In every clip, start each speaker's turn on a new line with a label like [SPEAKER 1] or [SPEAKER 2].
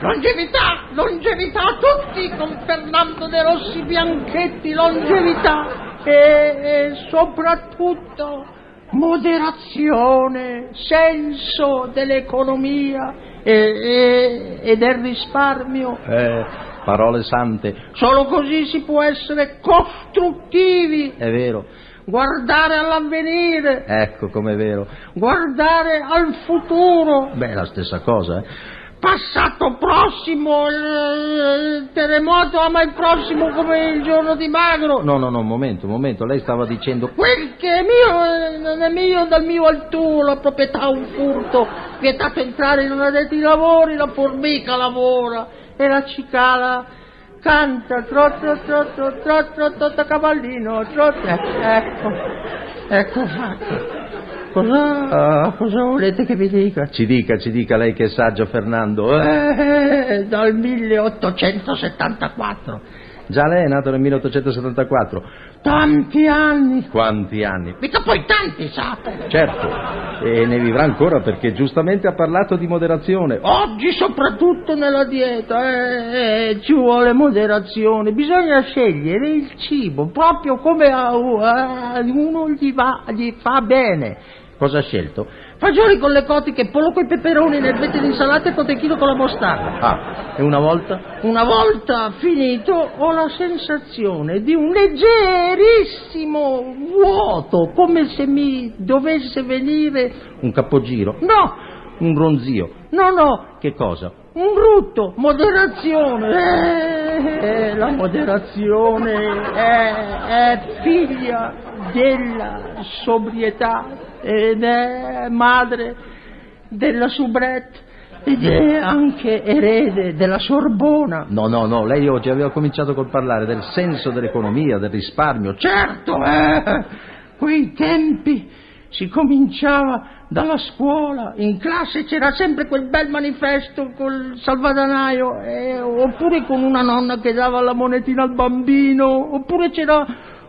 [SPEAKER 1] Longevità, longevità a tutti con Fernando De Rossi Bianchetti, longevità e, e soprattutto moderazione, senso dell'economia e, e- e del risparmio.
[SPEAKER 2] Eh, parole sante,
[SPEAKER 1] Solo così si può essere costruttivi,
[SPEAKER 2] è vero,
[SPEAKER 1] guardare all'avvenire,
[SPEAKER 2] ecco com'è vero.
[SPEAKER 1] guardare al futuro.
[SPEAKER 2] Beh, è la stessa cosa, eh.
[SPEAKER 1] passato prossimo, il terremoto a mai prossimo come il giorno di Magro.
[SPEAKER 2] No, no, no, un momento, un momento, lei stava dicendo...
[SPEAKER 1] Quel che è mio eh, non è mio, dal mio al tuo, la proprietà è un furto, vietato entrare in una rete di lavori, la formica lavora e la cicala canta, trotto, trotto, trotto, trotto, cavallino, trotto, ecco, ecco fatto. Cosa,
[SPEAKER 2] "Ah,
[SPEAKER 1] cosa volete che vi dica?
[SPEAKER 2] Ci dica, ci dica lei che è saggio, Fernando. eh.
[SPEAKER 1] Eh, dal 1874.
[SPEAKER 2] Già lei è nato nel 1874.
[SPEAKER 1] Tanti anni.
[SPEAKER 2] Quanti anni?
[SPEAKER 1] Mica poi tanti, sa.
[SPEAKER 2] Certo, e ne vivrà ancora perché giustamente ha parlato di moderazione. Oh,
[SPEAKER 1] Oggi soprattutto nella dieta eh, eh, ci vuole moderazione, bisogna scegliere il cibo proprio come a, a uno gli, va, gli fa bene.
[SPEAKER 2] Cosa ha scelto?
[SPEAKER 1] Fagioli con le cotiche, pollo coi peperoni, nervette di insalata e cotechino con la mostarda.
[SPEAKER 2] Ah, e una volta?
[SPEAKER 1] Una volta finito ho la sensazione di un leggerissimo vuoto, come se mi dovesse venire...
[SPEAKER 2] Un capogiro?
[SPEAKER 1] No,
[SPEAKER 2] Un ronzio?
[SPEAKER 1] no, no,
[SPEAKER 2] Che cosa?
[SPEAKER 1] un brutto, moderazione. Eh, eh, la moderazione è, è figlia della sobrietà ed è madre della soubrette ed è anche erede della Sorbona.
[SPEAKER 2] No, no, no, lei oggi aveva cominciato col parlare del senso dell'economia, del risparmio. Certo,
[SPEAKER 1] Certo, eh, quei tempi si cominciava dalla scuola, in classe c'era sempre quel bel manifesto col salvadanaio, eh, oppure con una nonna che dava la monetina al bambino, oppure c'era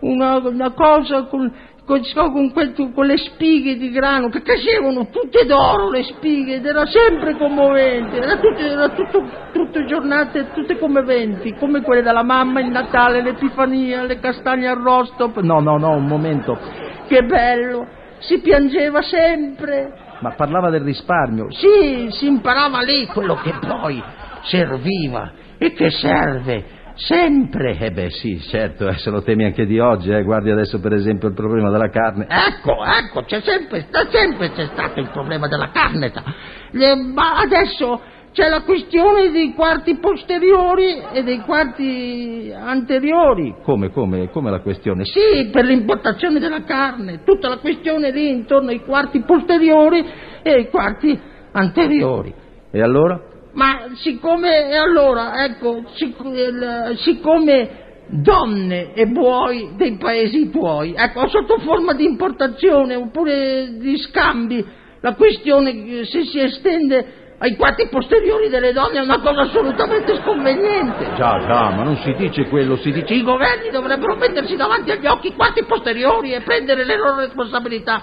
[SPEAKER 1] una, una cosa con, con- so, con quel- con le spighe di grano, che crescevano tutte d'oro le spighe, ed era sempre commovente, era, tutto, era tutto- tutte giornate, tutte commoventi, come quelle della mamma, il Natale, l'Epifania, le castagne arrosto,
[SPEAKER 2] No, no, no, un momento.
[SPEAKER 1] che bello, si piangeva sempre.
[SPEAKER 2] Ma parlava del risparmio.
[SPEAKER 1] Sì, si imparava lì quello che poi serviva e che serve sempre.
[SPEAKER 2] Eh beh sì, certo, eh, se lo temi anche di oggi, eh, guardi adesso per esempio il problema della carne. Eh,
[SPEAKER 1] Ecco, ecco, c'è sempre, da sempre c'è stato il problema della carne. sa. Le- ma adesso c'è la questione dei quarti posteriori e dei quarti anteriori.
[SPEAKER 2] Come, come, come la questione? Sì,
[SPEAKER 1] Sì, per l'importazione della carne, tutta la questione lì intorno ai quarti posteriori e ai quarti anteriori.
[SPEAKER 2] E allora?
[SPEAKER 1] Ma siccome, e allora, ecco, sic- il- siccome donne e buoi dei paesi tuoi, ecco, sotto forma di importazione oppure di scambi, la questione eh, se si estende ai quarti posteriori delle donne è una cosa assolutamente sconveniente.
[SPEAKER 2] Già, già, ma non si dice quello, si dice...
[SPEAKER 1] I governi dovrebbero mettersi davanti agli occhi i quarti posteriori e prendere le loro responsabilità.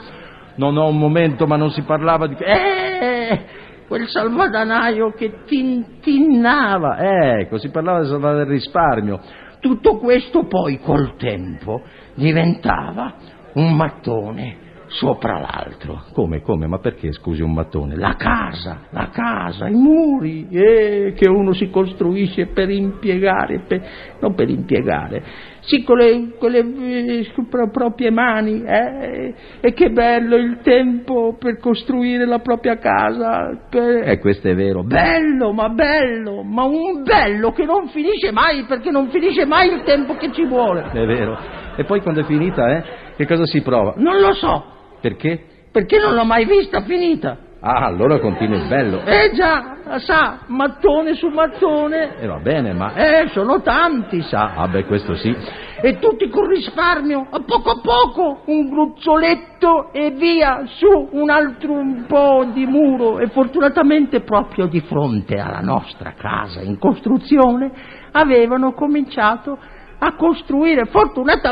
[SPEAKER 2] No, no, un momento, ma non si parlava di... Eh,
[SPEAKER 1] Eh, quel salvadanaio che tintinnava.
[SPEAKER 2] ma- ecco, si parlava del salvare del risparmio.
[SPEAKER 1] Tutto questo poi col tempo diventava un mattone sopra l'altro.
[SPEAKER 2] Come, come, ma perché, scusi, un mattone?
[SPEAKER 1] La casa, la casa, i muri eh, che uno si costruisce per impiegare, per- non per impiegare, sì, con le, con le, eh, pro- proprie mani. eh, e che bello il tempo per costruire la propria casa. per-
[SPEAKER 2] Eh, questo è vero. Beh,
[SPEAKER 1] Bello, ma bello, ma un bello che non finisce mai perché non finisce mai il tempo che ci vuole.
[SPEAKER 2] è vero. E poi quando è finita, eh, che cosa si prova?
[SPEAKER 1] Non lo so,
[SPEAKER 2] Perché?
[SPEAKER 1] perché non l'ho mai vista finita.
[SPEAKER 2] Ah, allora continui il bello.
[SPEAKER 1] Eh già, sa, mattone su mattone.
[SPEAKER 2] E va bene, ma...
[SPEAKER 1] Eh, sono tanti, sa.
[SPEAKER 2] Ah, beh, questo sì.
[SPEAKER 1] E tutti con risparmio, a poco a poco, un gruzzoletto e via, su un altro un po' di muro. E fortunatamente proprio di fronte alla nostra casa in costruzione avevano cominciato a costruire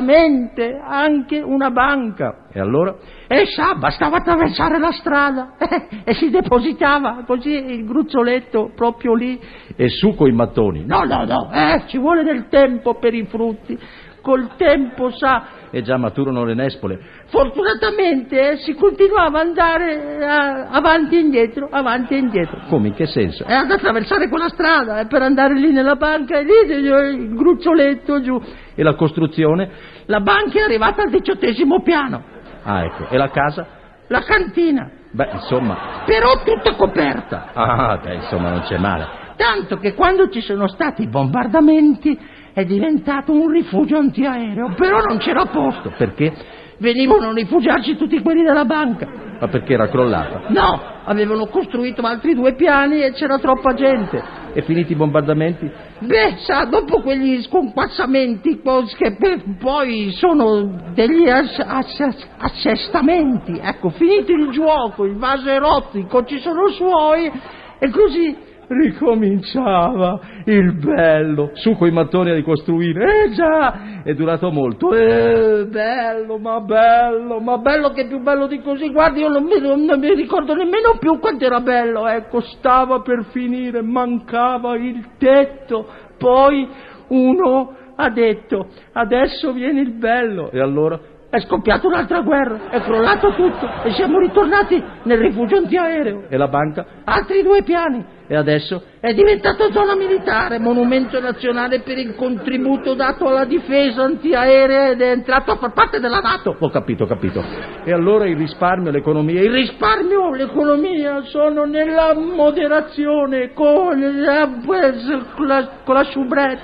[SPEAKER 1] fortunatamente anche una banca.
[SPEAKER 2] E allora?
[SPEAKER 1] E sa, bastava attraversare la strada eh, e si depositava così il gruzzoletto proprio lì.
[SPEAKER 2] E su coi mattoni.
[SPEAKER 1] No, no, no, eh, ci vuole del tempo per i frutti. Col tempo, sa,
[SPEAKER 2] E già maturano le nespole.
[SPEAKER 1] fortunatamente eh, si continuava ad andare eh, avanti e indietro, avanti e indietro.
[SPEAKER 2] Come, in che senso?
[SPEAKER 1] E ad attraversare quella strada eh, per andare lì nella banca e lì eh, il gruzzoletto giù.
[SPEAKER 2] E la costruzione?
[SPEAKER 1] La banca è arrivata al diciottesimo piano,
[SPEAKER 2] Ah, ecco. E la casa?
[SPEAKER 1] la cantina,
[SPEAKER 2] Beh, insomma...
[SPEAKER 1] però tutta coperta.
[SPEAKER 2] Ah, beh, insomma, non c'è male.
[SPEAKER 1] Tanto che quando ci sono stati i bombardamenti è diventato un rifugio antiaereo, però non c'era posto.
[SPEAKER 2] Perché?
[SPEAKER 1] Venivano a rifugiarci tutti quelli della banca.
[SPEAKER 2] Ma perché era crollata.
[SPEAKER 1] No, avevano costruito altri due piani e c'era troppa gente.
[SPEAKER 2] E finiti i bombardamenti?
[SPEAKER 1] Beh, sa, dopo quegli sconquassamenti cos- che pe- poi sono degli ass- ass- assestamenti, ecco, finito il gioco, il vaso erotico, ci sono suoi e così ricominciava il bello.
[SPEAKER 2] Su coi mattoni a ricostruire.
[SPEAKER 1] Eh già,
[SPEAKER 2] È durato molto.
[SPEAKER 1] eh, bello, ma bello, ma bello che più bello di così, guarda io non mi, non mi ricordo nemmeno più quanto era bello, ecco, stava per finire, mancava il tetto, poi uno ha detto, adesso viene il bello,
[SPEAKER 2] E allora?
[SPEAKER 1] è scoppiata un'altra guerra, è crollato tutto e siamo ritornati nel rifugio antiaereo,
[SPEAKER 2] E la banca?
[SPEAKER 1] altri due piani.
[SPEAKER 2] E adesso?
[SPEAKER 1] È diventato zona militare, monumento nazionale per il contributo dato alla difesa antiaerea ed è entrato a far parte della Nato.
[SPEAKER 2] Ho capito, ho capito. E allora il risparmio, l'economia,
[SPEAKER 1] Il
[SPEAKER 2] il ri-
[SPEAKER 1] risparmio, l'economia sono nella moderazione con la, con la, con la soubrette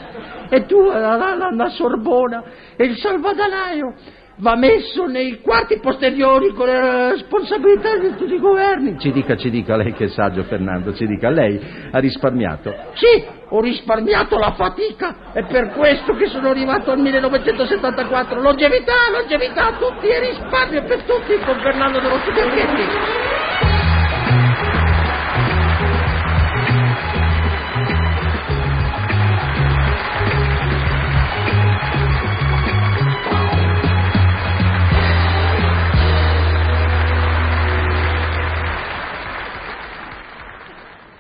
[SPEAKER 1] e tu la, la- la- la Sorbona e il salvadanaio va messo nei quarti posteriori con le responsabilità di tutti i governi.
[SPEAKER 2] Ci dica, ci dica lei che è saggio Fernando, ci dica, lei ha risparmiato.
[SPEAKER 1] Sì, ho risparmiato la fatica, è per questo che sono arrivato al 1974. Longevità, longevità a tutti e risparmio per tutti con Fernando De Rossi Berghetti.